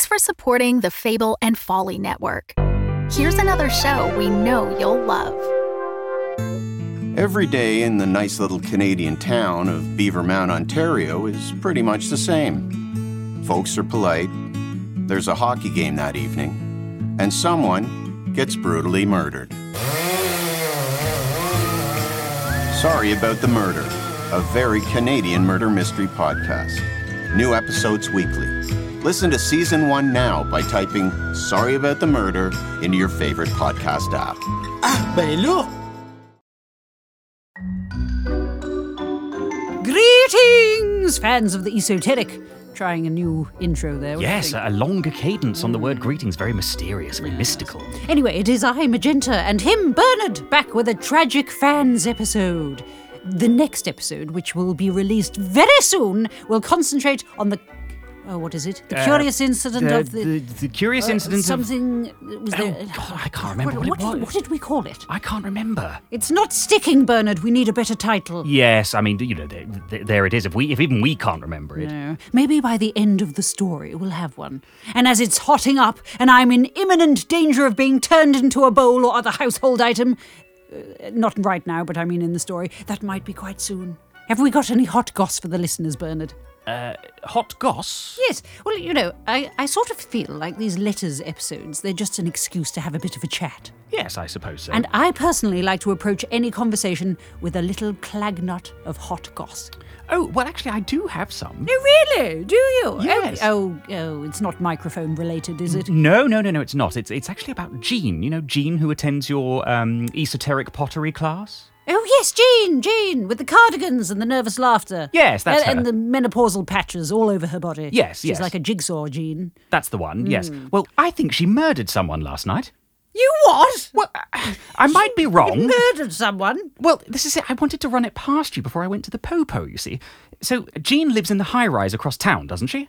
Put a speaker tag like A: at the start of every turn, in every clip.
A: for supporting the Fable and Folly Network. Here's another show we know you'll love.
B: Every day in the nice little Canadian town of Beavermount, Ontario is pretty much the same. Folks are polite, there's a hockey game that evening, and someone gets brutally murdered. Sorry about the murder, a very Canadian murder mystery podcast. New episodes weekly. Listen to season one now by typing Sorry About the Murder into your favorite podcast app.
C: Ah, ben lourd!
D: Greetings, fans of the esoteric. Trying a new intro there. what do you
E: Yes,
D: think? Mm.
E: a longer cadence on the word greetings. Very mysterious, very mystical.
D: Anyway, it is I, Magenta, and him, Bernard, back with a tragic fans episode. The next episode, which will be released very soon, will concentrate on the. Oh, what is it? The
E: Uh,
D: curious incident
E: the,
D: of the.
E: the, the curious
D: uh,
E: incident of.
D: something was
E: Oh,
D: there.
E: God, I can't remember what, it
D: Did,
E: was.
D: what did we call it?
E: I can't remember.
D: It's not sticking, Bernard. We need a better title.
E: Yes, I mean, you know, there, there- there it is. If we, if even we can't remember it,
D: No. Maybe by the end of the story we'll have one. And as it's hotting up and I'm in imminent danger of being turned into a bowl or other household item, uh, not right now, but I mean in the story, that might be quite soon. Have we got any hot goss for the listeners, Bernard?
E: hot goss.
D: Yes. Well, you know, I, I sort of feel like these letters episodes, they're just an excuse to have a bit of a chat.
E: Yes, I suppose so.
D: And I personally like to approach any conversation with a little clagnut of hot goss.
E: oh well, actually, I do have some.
D: Oh, really? Do you?
E: Yes.
D: Oh, oh, oh, it's not microphone related, is it?
E: No, no, no, no, it's not. It's it's actually about Jean. You know, Jean who attends your um, esoteric pottery class.
D: Oh, yes, Jean, Jean, with the cardigans and the nervous laughter. Uh,
E: Yes, that's
D: and,
E: her.
D: and the menopausal patches all over her body.
E: Yes,
D: She's
E: yes.
D: like a jigsaw, Jean.
E: That's the one. Yes.
D: Hmm.
E: Well, I think she murdered someone last night.
D: You what?
E: Well, I I might be wrong.
D: Murdered someone?
E: Well, this is it. I wanted to run it past you before I went to the Popo, you see. So, Jean lives in the high rise across town, doesn't she?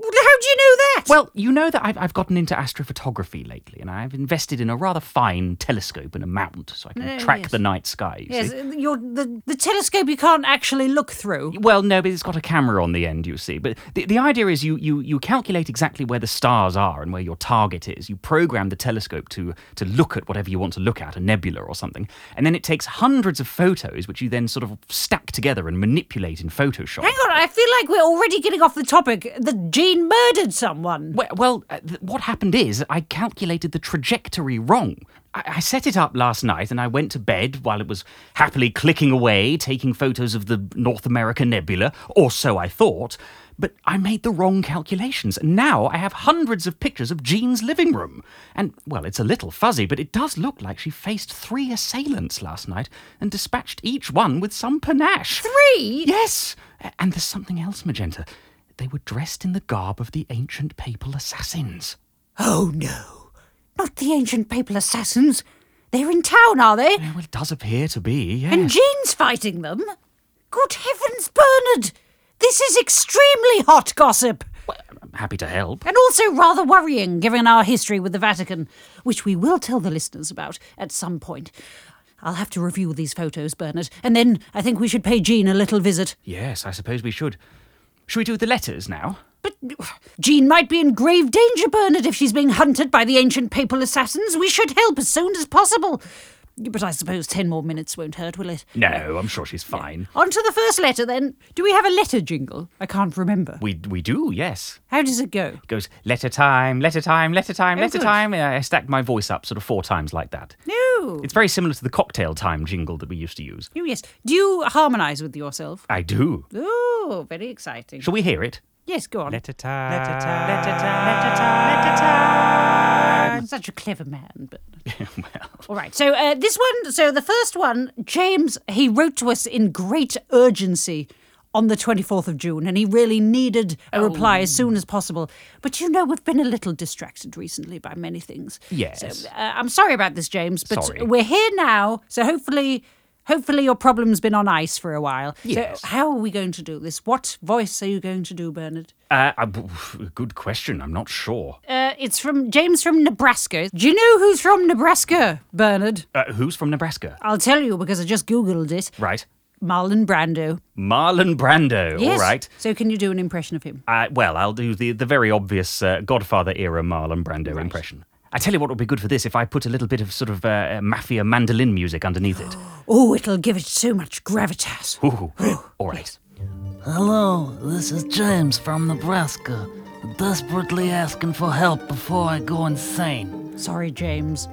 D: How do you know that?
E: Well, you know that I've, I've gotten into astrophotography lately, and I've invested in a rather fine telescope and a mount so I can track
D: Oh, yes.
E: the night sky, you
D: yes,
E: see.
D: you're, the, the telescope you can't actually look through.
E: Well, no, but it's got a camera on the end, you see. But the, the idea is you, you, you calculate exactly where the stars are and where your target is. You program the telescope to, to look at whatever you want to look at, a nebula or something. And then it takes hundreds of photos, which you then sort of stack together and manipulate in Photoshop.
D: Hang on, I feel like we're already getting off the topic that Jean murdered someone.
E: Well, well uh, th- what happened is I calculated the trajectory wrong. I-, I set it up last night and I went to bed while it was happily clicking away, taking photos of the North America Nebula, or so I thought. But I made the wrong calculations, and now I have hundreds of pictures of Jean's living room. And, well, it's a little fuzzy, but it does look like she faced three assailants last night and dispatched each one with some panache.
D: Three?
E: Yes! A- And there's something else, Magenta. They were dressed in the garb of the ancient papal assassins.
D: Oh, no. Not the ancient papal assassins. They're in town, are they?
E: Well, it does appear to be, yes.
D: And Jean's fighting them? Good heavens, Bernard! This is extremely hot gossip!
E: I'm happy to help.
D: And also rather worrying, given our history with the Vatican, which we will tell the listeners about at some point. I'll have to review these photos, Bernard, and then I think we should pay Jean a little visit.
E: Yes, I suppose we should. Should we do the letters now?
D: But Jean might be in grave danger, Bernard, if she's being hunted by the ancient papal assassins. We should help as soon as possible. But I suppose ten more minutes won't hurt, will it?
E: No, I'm sure she's fine.
D: On to the first letter, then. Do we have a letter jingle? I can't remember.
E: We, we do, yes.
D: How does it go?
E: It goes letter time, letter time, letter time,
D: Oh,
E: letter
D: good.
E: time. And I stacked my voice up sort of four times like that.
D: No.
E: It's very similar to the cocktail time jingle that we used to use.
D: Oh, yes. Do you harmonise with yourself?
E: I do.
D: Oh, very exciting.
E: Shall we hear it?
D: Yes, go on.
E: Letter time.
D: I'm such a clever man, but. All right, so uh, this one, so the first one, James, he wrote to us in great urgency on the 24th of June, and he really needed
E: Oh.
D: a reply as soon as possible. But you know, we've been a little distracted recently by many things.
E: Yes.
D: So, uh, I'm sorry about this, James, but
E: Sorry.
D: we're here now, so hopefully. Hopefully your problem's been on ice for a while.
E: Yes.
D: So how are we going to do this? What voice are you going to do, Bernard?
E: Uh, I- good question. I'm not sure.
D: Uh, it's from James from Nebraska. Do you know who's from Nebraska, Bernard?
E: Uh, who's from Nebraska?
D: I'll tell you because I just Googled it.
E: Right.
D: Marlon Brando.
E: Marlon Brando.
D: Yes.
E: All right.
D: So can you do an impression of him?
E: Uh, well, I'll do the, the very obvious uh, Godfather era Marlon Brando impression. I tell you what would be good for this if I put a little bit of sort of uh, mafia mandolin music underneath it.
D: Oh, it'll give it so much gravitas.
E: Ooh. All right.
C: Hello, this is James from Nebraska, desperately asking for help before I go insane.
D: Sorry, James.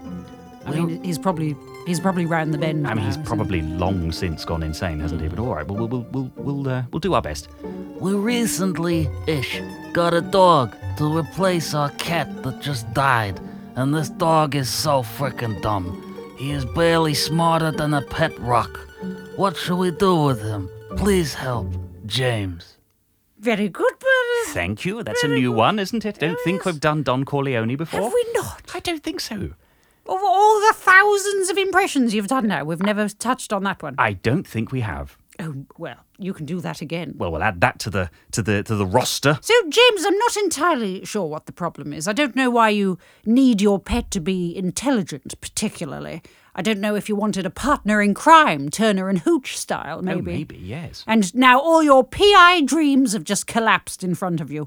D: I mean, he's probably he's probably round the bend.
E: I mean, he's
D: now, so-
E: probably long since gone insane, hasn't he? But all right, we'll we'll we'll we'll, uh, we'll do our best.
C: We recently ish got a dog to replace our cat that just died, and this dog is so frickin' dumb. He is barely smarter than a pet rock. What should we do with him? Please help, James.
D: very good, but
E: Thank you. That's a new one, isn't it? Don't think we've done Don Corleone before.
D: have we not?
E: I don't think so.
D: Of all the thousands of impressions you've done now, we've never touched on that one.
E: I don't think we have.
D: oh well, you can do that again.
E: Well, we'll add that to the to the to the roster.
D: So, James, I'm not entirely sure what the problem is. I don't know why you need your pet to be intelligent, particularly. I don't know if you wanted a partner in crime, Turner and Hooch style, maybe.
E: Oh, maybe yes.
D: And now all your PI dreams have just collapsed in front of you.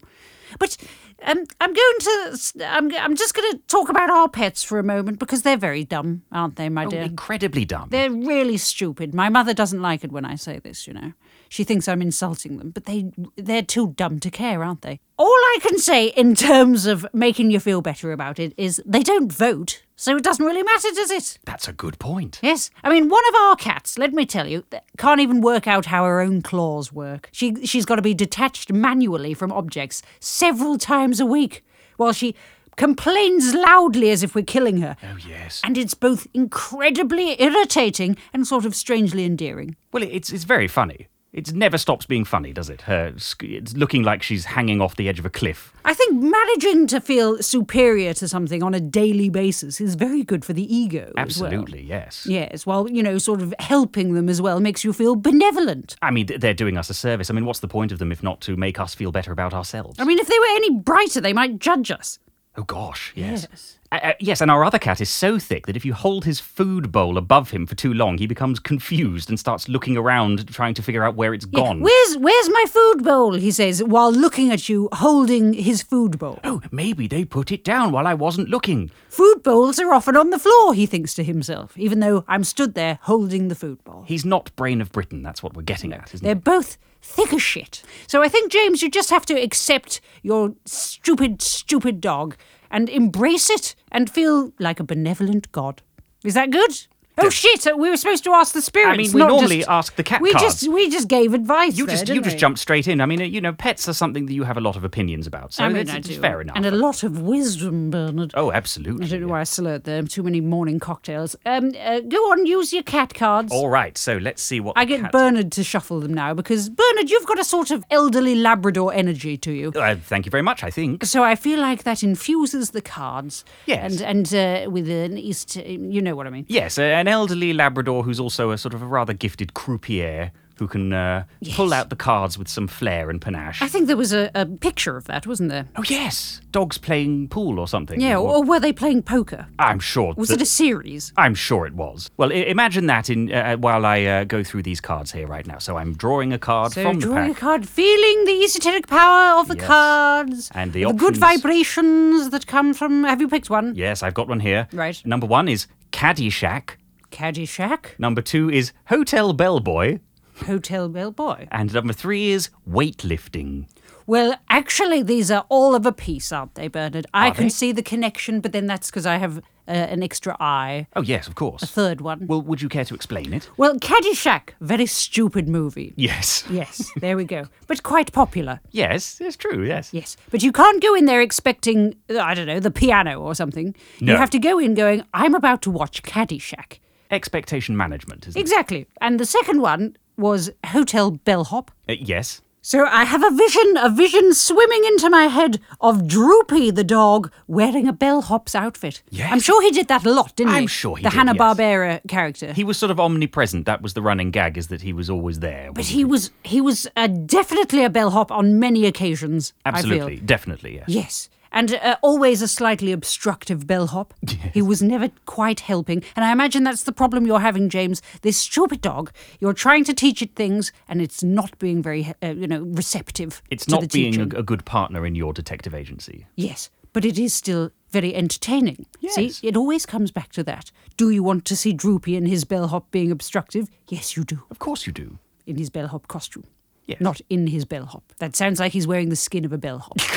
D: But um, I'm going to. I'm, I'm just going to talk about our pets for a moment because they're very dumb, aren't they, my
E: Oh,
D: dear?
E: incredibly dumb.
D: They're really stupid. My mother doesn't like it when I say this, you know. She thinks I'm insulting them, but they they're too dumb to care, aren't they? All I can say in terms of making you feel better about it is they don't vote, so it doesn't really matter, does it?
E: That's a good point.
D: Yes. I mean, one of our cats, let me tell you, th- can't even work out how her own claws work. She she's got to be detached manually from objects several times a week while she complains loudly as if we're killing her.
E: Oh yes.
D: And it's both incredibly irritating and sort of strangely endearing.
E: Well, it- it's it's very funny. It never stops being funny, does it? Her sc- it's looking like she's hanging off the edge of a cliff.
D: I think managing to feel superior to something on a daily basis is very good for the ego. as well.
E: Absolutely, yes.
D: Yes, while, you know, sort of helping them as well makes you feel benevolent.
E: I mean, th- they're doing us a service. I mean, what's the point of them if not to make us feel better about ourselves?
D: I mean, if they were any brighter, they might judge us.
E: oh gosh, yes. Uh, uh, yes, and our other cat is so thick that if you hold his food bowl above him for too long, he becomes confused and starts looking around, trying to figure out where it's gone.
D: Where's where's my food bowl? He says while looking at you, holding his food bowl.
E: Oh, maybe they put it down while I wasn't looking.
D: Food bowls are often on the floor, he thinks to himself, even though I'm stood there holding the food bowl.
E: He's not Brain of Britain. That's what we're getting at, isn't
D: They're
E: it?
D: both thick as shit. So I think, James, you just have to accept your stupid, stupid dog and embrace it and feel like a benevolent god. Is that good? Oh shit! We were supposed to ask the spirits.
E: I mean, we
D: not
E: normally
D: just-
E: ask the cat
D: We
E: cards.
D: just we just gave advice.
E: you
D: there,
E: just you
D: didn't
E: just
D: we?
E: jumped straight in. I mean, uh, you know, pets are something that you have a lot of opinions about, so
D: I mean,
E: it's,
D: I
E: it's
D: do.
E: fair enough.
D: And a lot of wisdom, Bernard.
E: oh, absolutely.
D: I don't know
E: yeah.
D: why I slurred there. Too many morning cocktails. Um, uh, go on, use your cat cards.
E: All right, so let's see what
D: I
E: the
D: get
E: cat-
D: Bernard to shuffle them now because Bernard, you've got a sort of elderly Labrador energy to you.
E: Uh, thank you very much. I think.
D: So I feel like that infuses the cards.
E: Yes.
D: And and uh, with an East, you know what I mean.
E: Yes, a- an elderly Labrador who's also a sort of a rather gifted croupier who can uh, pull out the cards with some flair and panache.
D: I think there was a, a picture of that, wasn't there?
E: oh yes, dogs playing pool or something.
D: Yeah. Or,
E: Or-
D: or were they playing poker?
E: I'm sure.
D: Was
E: that-
D: it a series?
E: I'm sure it was. Well, I- imagine that in uh, while I uh, go through these cards here right now. So I'm drawing a card
D: So
E: from the
D: drawing a
E: pack.
D: card, feeling the esoteric power of the
E: Yes.
D: cards
E: And the
D: good
E: options.
D: vibrations that come from. Have you picked one?
E: Yes, I've got one here.
D: Right.
E: Number one is Caddyshack.
D: Caddyshack,
E: Number two is Hotel Bellboy.
D: hotel bellboy.
E: And number three is weightlifting.
D: Well, actually, these are all of a piece, aren't they, Bernard? I
E: Are
D: can
E: they?
D: see the connection, but then that's because I have uh, an extra eye.
E: Oh, yes, of course.
D: Third one.
E: Well, would you care to explain it?
D: Well, Caddyshack, very stupid movie.
E: Yes.
D: Yes, there we go. But quite popular.
E: Yes, it's true, yes.
D: Yes. But you can't go in there expecting, uh, I don't know, the piano or something.
E: No.
D: You have to go in going, I'm about to watch Caddyshack.
E: Expectation management, isn't it?
D: Exactly. And the second one was Hotel Bellhop.
E: Uh, yes.
D: So I have a vision, a vision swimming into my head of Droopy the dog wearing a bellhop's outfit.
E: Yes.
D: I'm sure he did that a lot, didn't he?
E: I'm sure he
D: The
E: did, yes.
D: Hanna-Barbera character.
E: He was sort of omnipresent. That was the running gag, is that he was always there.
D: but he was he was uh, definitely a bellhop on many occasions. I feel.
E: Absolutely, definitely, yes.
D: Yes. And uh, always a slightly obstructive bellhop. He was never quite helping. And I imagine that's the problem you're having, James. This stupid dog, you're trying to teach it things and it's not being very, uh, you know, receptive.
E: It's
D: to the
E: not being
D: teaching.
E: a, a good partner in your detective agency.
D: Yes, but it is still very entertaining. See, it always comes back to that. Do you want to see Droopy and his bellhop being obstructive? Yes, you do.
E: Of course you do.
D: In his bellhop costume.
E: Yes.
D: Not in his bellhop. That sounds like he's wearing the skin of a bellhop.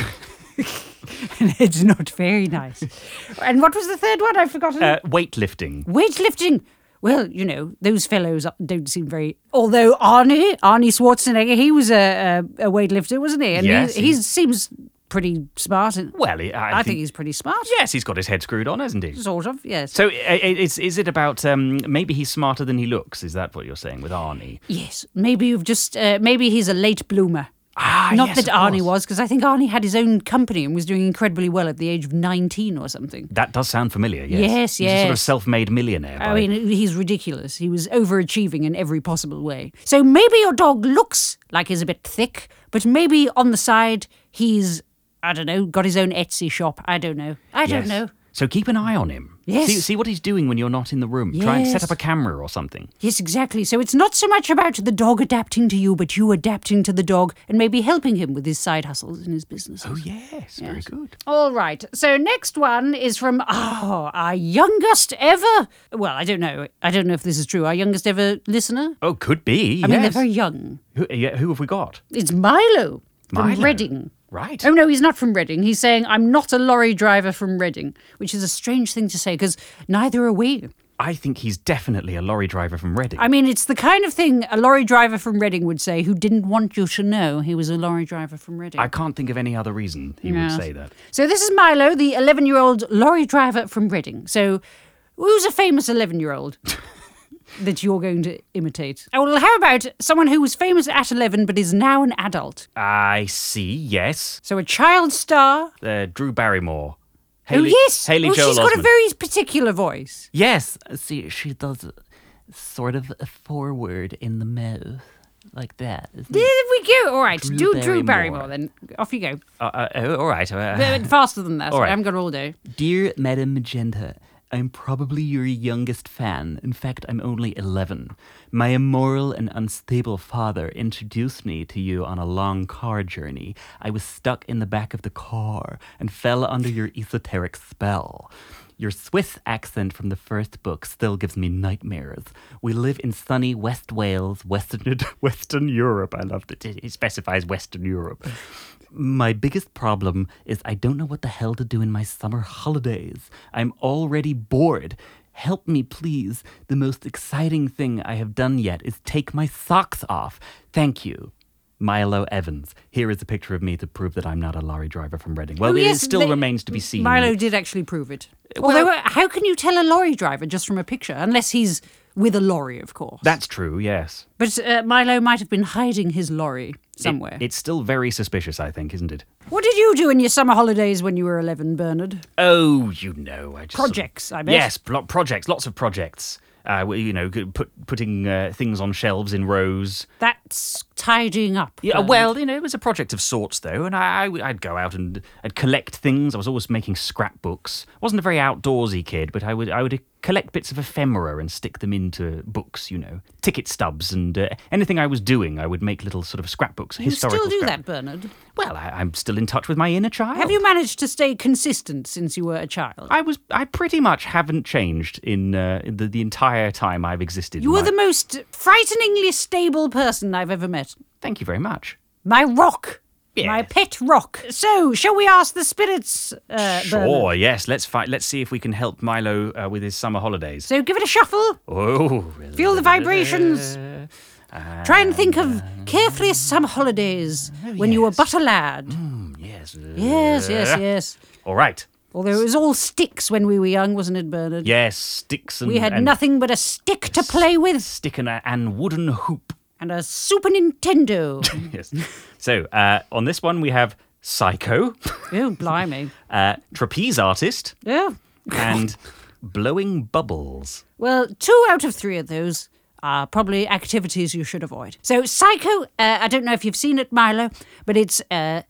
D: and it's not very nice. And what was the third one? I've forgotten.
E: Uh, weightlifting.
D: Weightlifting. Well, you know, those fellows don't seem very. Although Arnie, Arnie Schwarzenegger, he was a, a, a weightlifter, wasn't he? And
E: Yes,
D: he,
E: he-
D: he seems pretty smart. and-
E: Well, I, I
D: I, think, he's pretty smart.
E: Yes, he's got his head screwed on, hasn't he?
D: Sort of, yes.
E: So, uh, is, is it about um, maybe he's smarter than he looks? Is that what you're saying with Arnie?
D: yes, maybe you've just, uh, maybe he's a late bloomer.
E: Ah,
D: Not
E: yes,
D: that
E: of
D: Arnie
E: course.
D: was, because I think Arnie had his own company and was doing incredibly well at the age of 19 or something.
E: That does sound familiar,
D: Yes,
E: yes. He's a sort of
D: yes. Oh,
E: self made millionaire.
D: I
E: by-
D: mean, he's ridiculous. He was overachieving in every possible way. So maybe your dog looks like he's a bit thick, but maybe on the side he's, I don't know, got his own Etsy shop. I don't know. I don't
E: Yes.
D: know.
E: So keep an eye on him.
D: Yes.
E: See, see what he's doing when you're not in the room. Try and set
D: Yes.
E: up a camera or something.
D: Yes, exactly. So it's not so much about the dog adapting to you, but you adapting to the dog and maybe helping him with his side hustles and his businesses.
E: Oh, yes, very good.
D: All right. So next one is from oh, our youngest ever. Well, I don't know. I don't know if this is true. Our youngest ever listener.
E: Oh, could be.
D: I
E: yes.
D: mean, they're very young.
E: who, yeah, who have we got?
D: It's Milo from
E: Milo.
D: Reading.
E: Right.
D: Oh no, he's not from Reading. He's saying I'm not a lorry driver from Reading, which is a strange thing to say because neither are we.
E: I think he's definitely a lorry driver from Reading.
D: I mean, it's the kind of thing a lorry driver from Reading would say who didn't want you to know he was a lorry driver from Reading.
E: I can't think of any other reason he
D: Yes.
E: would say that.
D: So this is Milo, the 11 year old lorry driver from Reading. So who's a famous 11 year old? That you're going to imitate. Oh, well, how about someone who was famous at 11 but is now an adult?
E: I see, yes.
D: So a child star.
E: Uh, Drew Barrymore.
D: oh, yes.
E: Haley
D: oh,
E: Joel
D: she's got a
E: Osment.
D: very particular voice.
E: Yes. See, she does sort of a forward in the mouth, like that.
D: There we go. All right. Do Drew
E: Barrymore.
D: Barrymore then. Off you go.
E: Uh, uh, oh, all right.
D: Uh,
E: Uh,
D: Faster than that.
E: all right.
D: I'm going all day.
E: Dear Madam Magenta, I'm probably your youngest fan. In fact, I'm only 11. My immoral and unstable father introduced me to you on a long car journey. I was stuck in the back of the car and fell under your esoteric spell. Your Swiss accent from the first book still gives me nightmares. We live in sunny West Wales, Western Western Europe. I love that it. It specifies Western Europe. My biggest problem is I don't know what the hell to do in my summer holidays. I'm already bored. Help me, please. The most exciting thing I have done yet is take my socks off. Thank you. Milo Evans. Here is a picture of me to prove that I'm not a lorry driver from Reading. Well,
D: Oh,
E: it
D: yes,
E: still
D: they-
E: remains to be seen.
D: Milo did actually prove it. Although, uh, how can you tell a lorry driver just from a picture? Unless he's with a lorry, of course.
E: That's true, yes.
D: But uh, Milo might have been hiding his lorry somewhere.
E: It's still very suspicious, I think, isn't it?
D: what did you do in your summer holidays when you were 11, Bernard?
E: Oh, you know, I just sort of-
D: Projects, I bet.
E: Yes, pl- projects, lots of projects. Uh, well, you know, g- put, putting uh, things on shelves in rows. Um,
D: That's tidying up.
E: Yeah,
D: Bernard.
E: well, you know, it was a project of sorts, though, and I, I would- I'd go out and I'd collect things. I was always making scrapbooks. I wasn't a very outdoorsy kid, but I would I would uh, collect bits of ephemera and stick them into books. You know, ticket stubs and uh, anything I was doing, I would make little sort of scrapbooks.
D: You still
E: historical
D: do
E: scrap-
D: that, Bernard.
E: Well, I, I'm still in touch with my inner child.
D: Have you managed to stay consistent since you were a child?
E: I was I pretty much haven't changed in, uh, in the the entire time I've existed.
D: you
E: in
D: are
E: my-
D: the most frighteningly stable person I've ever met.
E: Thank you very much.
D: My rock.
E: Yes.
D: My pet rock. So, shall we ask the spirits? Uh, Bernard?
E: Sure. Yes. Let's fight. Let's see if we can help Milo uh, with his summer holidays.
D: So, give it a shuffle.
E: oh.
D: Feel the vibrations. Try and think
E: uh,
D: of carefully some holidays when you were but a lad.
E: Yes.
D: Yes, yes, yes.
E: All right.
D: Although it was all sticks when we were young, wasn't it, Bernard?
E: Yes. Sticks and
D: We had
E: and
D: nothing but a stick to play with
E: Stick and, a, and wooden hoop.
D: and a Super Nintendo.
E: Yes. so uh, on this one we have psycho,
D: oh, blimey.
E: uh, trapeze artist,
D: Yeah.
E: and blowing bubbles.
D: Well, two out of three of those are probably activities you should avoid. So, Psycho, uh, I don't know if you've seen it, Milo, but it's uh,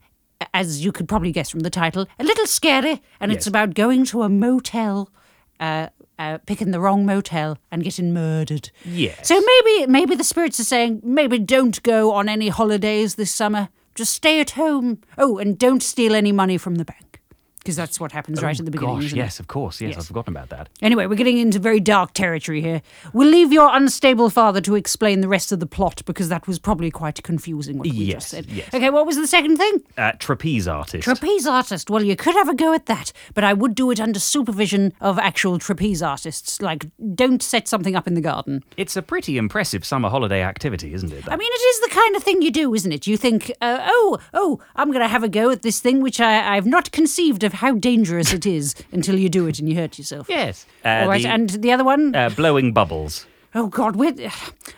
D: as you could probably guess from the title, a little scary, and
E: Yes.
D: it's about going to a motel, uh, uh, picking the wrong motel, and getting murdered.
E: Yes.
D: So maybe maybe the spirits are saying maybe don't go on any holidays this summer. Just stay at home. Oh, and don't steal any money from the bank because that's what happens right at the beginning.
E: Oh, Gosh,
D: isn't it?
E: yes, of course. Yes,
D: Yes.
E: I've forgotten about that.
D: Anyway, we're getting into very dark territory here. We'll leave your unstable father to explain the rest of the plot because that was probably quite confusing what we
E: Yes,
D: just said.
E: yes.
D: Okay, what was the second thing?
E: Uh, trapeze artist.
D: Trapeze artist. Well, you could have a go at that, but I would do it under supervision of actual trapeze artists. Like, don't set something up in the garden.
E: it's a pretty impressive summer holiday activity, isn't it?
D: I mean, it is the kind of thing you do, isn't it? You think, uh, oh, oh, I'm going to have a go at this thing which I, I've not conceived of how dangerous it is until you do it and you hurt yourself.
E: yes. Uh,
D: All right,
E: the,
D: and the other one?
E: uh, blowing bubbles.
D: Oh God, we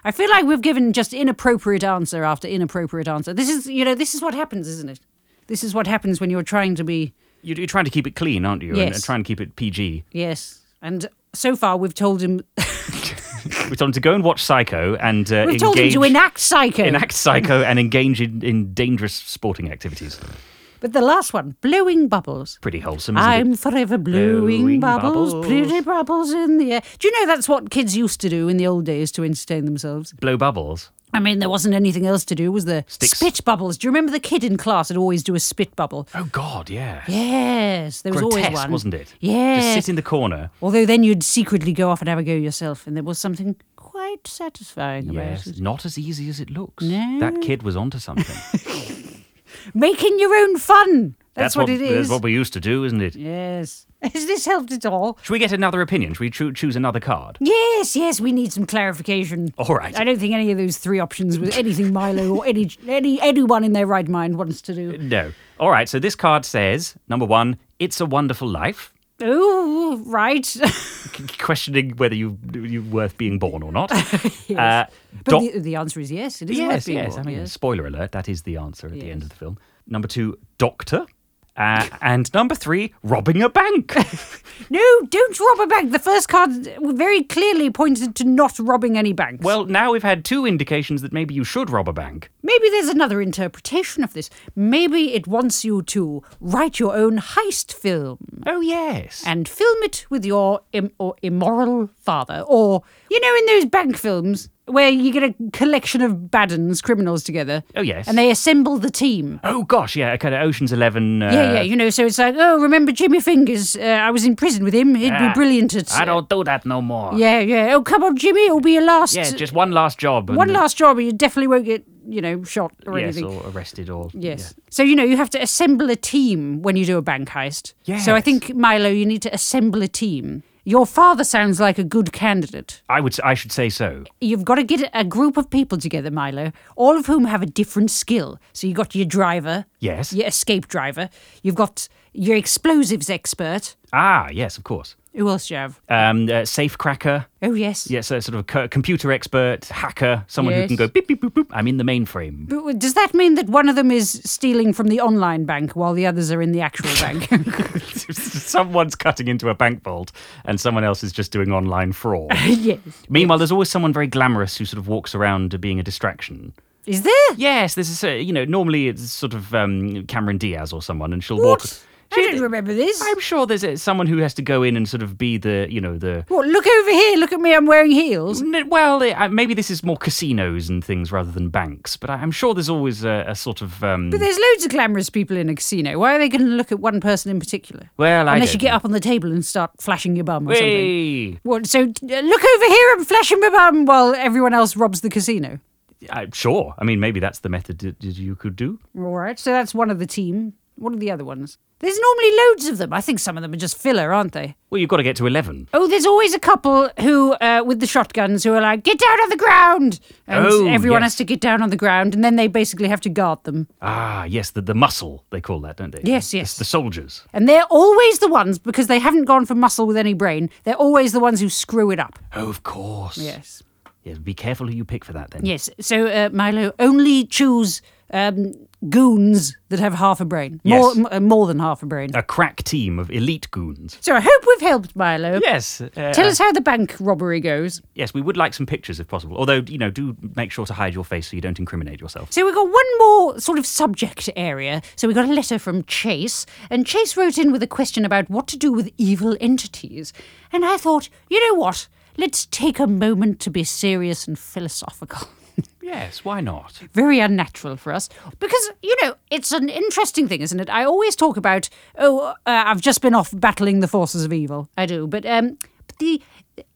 D: I feel like we've given just inappropriate answer after inappropriate answer. This is, you know, this is what happens, isn't it? This is what happens when you're trying to be
E: You- You're trying to keep it clean, aren't you? And- And,
D: Yes.
E: trying to keep it PG.
D: yes. And so far, we've told him
E: Uh, We told him to go and watch Psycho and uh,
D: we've
E: engage,
D: told him to enact psycho.
E: enact Psycho and engage in, in dangerous sporting activities.
D: but the last one, blowing bubbles.
E: Pretty wholesome, isn't it?
D: I'm forever blowing,
E: Blowing
D: bubbles,
E: bubbles.
D: pretty bubbles in the air. Do you know that's what kids used to do in the old days to entertain themselves?
E: Blow bubbles.
D: I mean, there wasn't anything else to do, was there?
E: Sticks.
D: Spit bubbles. Do you remember the kid in class would always do a spit bubble?
E: Oh God, yeah.
D: Yes, there was
E: Grotesque,
D: always one.
E: wasn't it? Just
D: Yes.
E: sit in the corner.
D: Although then you'd secretly go off and have a go yourself, and there was something quite satisfying
E: Yes,
D: about it.
E: not as easy as it looks.
D: No.
E: That kid was onto something.
D: Making your own fun. That's, what, it is.
E: That's what we used to do, isn't it?
D: Yes. Has this helped at all?
E: Should we get another opinion? Should we choo- choose another card?
D: Yes, yes, we need some clarification.
E: All right.
D: I don't think any of those three options was anything Milo or any, any anyone in their right mind wants to do.
E: No. All right. So this card says number one, it's a wonderful life.
D: Oh, right.
E: c- Questioning whether you you're worth being born or not. uh,
D: but
E: doc-
D: the, the answer is yes. It is
E: yes,
D: worth being
E: yes. I
D: born,
E: mean,
D: yes.
E: spoiler alert. That is the answer at the end of the film. Number two, doctor. Uh, and number three, robbing a bank.
D: No, don't rob a bank. The first card very clearly pointed to not robbing any banks.
E: well, now we've had two indications that maybe you should rob a bank.
D: Maybe there's another interpretation of this. Maybe it wants you to write your own heist film
E: Oh yes.
D: and film it with your Im- or immoral father. Or, you know, in those bank films where you get a collection of baddens, criminals together.
E: Oh, yes.
D: And they assemble the team.
E: oh gosh, yeah. Kind of Ocean's Eleven. Uh,
D: yeah, yeah, you know, so it's like, oh, remember Jimmy Fingers? Uh, I was in prison with him. He'd
E: Ah,
D: be brilliant at. uh,
E: I don't do that no more.
D: Yeah, yeah. Oh, come on, Jimmy, it'll be your last.
E: Yeah, just one last job. and-
D: one last job, and you definitely won't get, you know, shot or
E: Yes,
D: anything.
E: or arrested or
D: Yes. So you know you have to assemble a team when you do a bank heist. So I
E: Yes.
D: think Milo, you need to assemble a team. Your father sounds like a good candidate.
E: I would. s- I should say so.
D: You've got to get a group of people together, Milo, all of whom have a different skill. So you got your driver,
E: Yes.
D: your escape driver. You've got your explosives expert.
E: Ah, yes, of course.
D: Who else do you have?
E: Um, uh, safe cracker.
D: Oh yes.
E: Yes, a sort of co- computer expert, hacker, someone who can
D: Yes.
E: go beep beep boop boop. I'm in the mainframe.
D: But w- does that mean that one of them is stealing from the online bank while the others are in the actual bank?
E: Someone's cutting into a bank vault, and someone else is just doing online fraud.
D: yes.
E: Meanwhile, there's always someone very glamorous who sort of walks around being a distraction.
D: Is there?
E: Yes, this is uh, you know normally it's sort of um, Cameron Diaz or someone, and she'll walk.
D: What? I don't remember this.
E: I'm sure there's uh, someone who has to go in and sort of be the you know the
D: What? Look over here. Look at me. I'm wearing heels.
E: N- Well, it- uh, maybe this is more casinos and things rather than banks, but I- I'm sure there's always a, a sort of. Um,
D: But there's loads of glamorous people in a casino. Why are they going to look at one person in particular?
E: well, I
D: Unless you
E: don't
D: get
E: know.
D: up on the table and start flashing your bum or something.
E: Whey!
D: What, so uh, look over here and flashing my bum while everyone else robs the casino.
E: Uh, sure. I mean, maybe that's the method that that you could do.
D: All right. So that's one of the team. What are the other ones? There's normally loads of them. I think some of them are just filler, aren't they?
E: Well, you've got to get to 11.
D: Oh, there's always a couple who, uh, with the shotguns, who are like, "Get down on the ground!" And
E: Oh,
D: everyone
E: yes.
D: has to get down on the ground, and then they basically have to guard them.
E: Ah, yes, the, the muscle, they call that, don't they?
D: Yes,
E: It's
D: yes.
E: the soldiers.
D: And they're always the ones, because they haven't gone for muscle with any brain, they're always the ones who screw it up.
E: Oh, of course.
D: Yes.
E: Yes, be careful who you pick for that then.
D: Yes. So, uh, Milo, only choose um, goons that have half a brain, more,
E: Yes.
D: m- uh, more than half a brain.
E: A crack team of elite goons.
D: so I hope we've helped, Milo.
E: Yes. uh,
D: Tell us how the bank robbery goes.
E: Yes, we would like some pictures if possible. Although, you know, do make sure to hide your face so you don't incriminate yourself.
D: So we've got one more sort of subject area. So we got a letter from Chase, and Chase wrote in with a question about what to do with evil entities. And I thought, you know what? Let's take a moment to be serious and philosophical.
E: Yes, why not?
D: Very unnatural for us because, you know, it's an interesting thing, isn't it? I always talk about, oh, uh, I've just been off battling the forces of evil. I do. But, um, but the,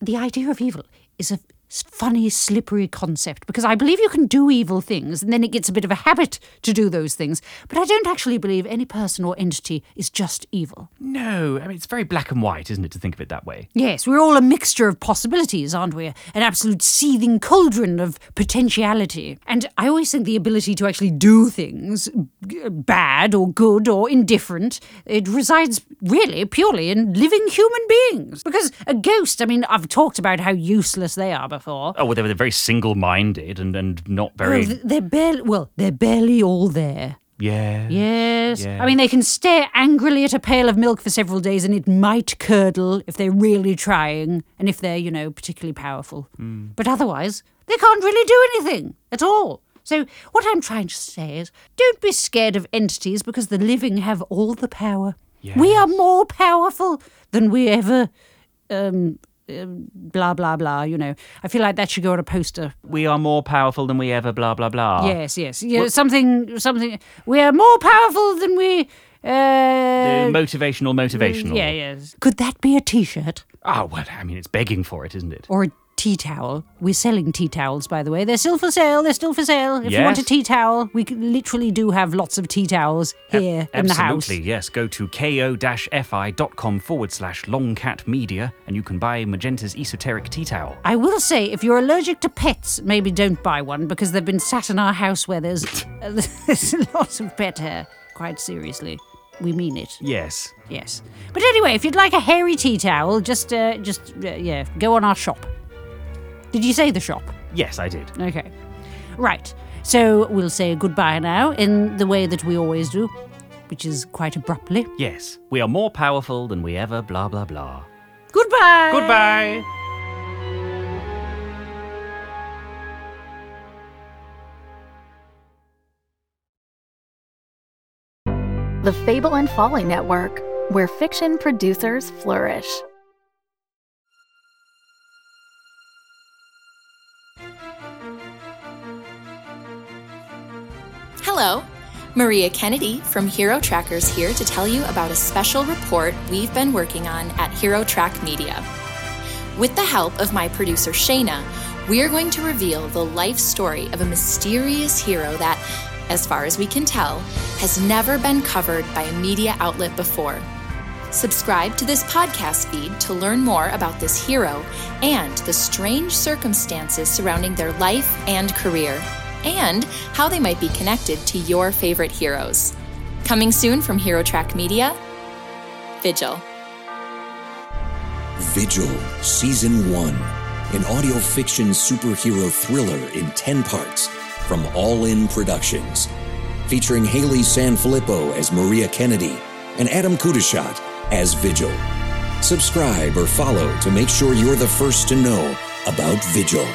D: the idea of evil is a s- funny, slippery concept because I believe you can do evil things and then it gets a bit of a habit to do those things. But I don't actually believe any person or entity is just evil.
E: No, I mean, it's very black and white, isn't it, to think of it that way?
D: Yes, we're all a mixture of possibilities, aren't we? An absolute seething cauldron of potentiality. And I always think the ability to actually do things, g- bad or good or indifferent, it resides really purely in living human beings. Because a ghost, I mean, I've talked about how useless they are before.
E: Oh, well, they're, they're very single minded and, and not
D: Oh,
E: very.
D: th- They're barely, well, they're barely all there.
E: yeah.
D: Yes.
E: Yeah.
D: I mean, they can stare angrily at a pail of milk for several days and it might curdle if they're really trying and if they're, you know, particularly powerful.
E: Mm.
D: But otherwise, they can't really do anything at all. So, what I'm trying to say is don't be scared of entities because the living have all the power. We are more powerful than we ever. Um, um, blah, blah, blah, you know. I feel like that should go on a poster
E: We are more powerful than we ever, blah, blah, blah.
D: Yes, yes. Yeah, something, something. We are more powerful than we.
E: Uh,
D: Uh,
E: motivational, motivational.
D: yeah, yes. Could that be a T-shirt
E: Oh, well, I mean, it's begging for it, isn't it?
D: or a tea towel? We're selling tea towels, by the way. They're still for sale. They're still for sale. If you want a
E: Yes.
D: tea towel, we c- literally do have lots of tea towels here in the house.
E: Absolutely, yes. Go to ko-fi.com forward slash longcat media and you can buy Magenta's esoteric tea towel.
D: I will say, if you're allergic to pets, maybe don't buy one because they've been sat in our house where there's there's lots of pet hair. Quite seriously, we mean it.
E: Yes.
D: Yes. But anyway, if you'd like a hairy tea towel, just uh, just uh, yeah, go on our shop. Did you say the shop?
E: Yes, I did.
D: Okay. Right. So we'll say goodbye now in the way that we always do, which is quite abruptly.
E: Yes. We are more powerful than we ever, blah, blah, blah.
D: Goodbye.
E: Goodbye.
A: The Fable and Folly Network, where fiction producers flourish.
F: Hello, Maria Kennedy from Hero Trackers here to tell you about a special report we've been working on at Hero Track Media. With the help of my producer Shayna, we're going to reveal the life story of a mysterious hero that, as far as we can tell, has never been covered by a media outlet before. Subscribe to this podcast feed to learn more about this hero and the strange circumstances surrounding their life and career, and how they might be connected to your favorite heroes. Coming soon from Hero Track Media, Vigil.
G: Vigil, Season 1, an audio fiction superhero thriller in 10 parts from All In Productions. Featuring Haley Sanfilippo as Maria Kennedy and Adam Kudashat as Vigil. Subscribe or follow to make sure you're the first to know about Vigil.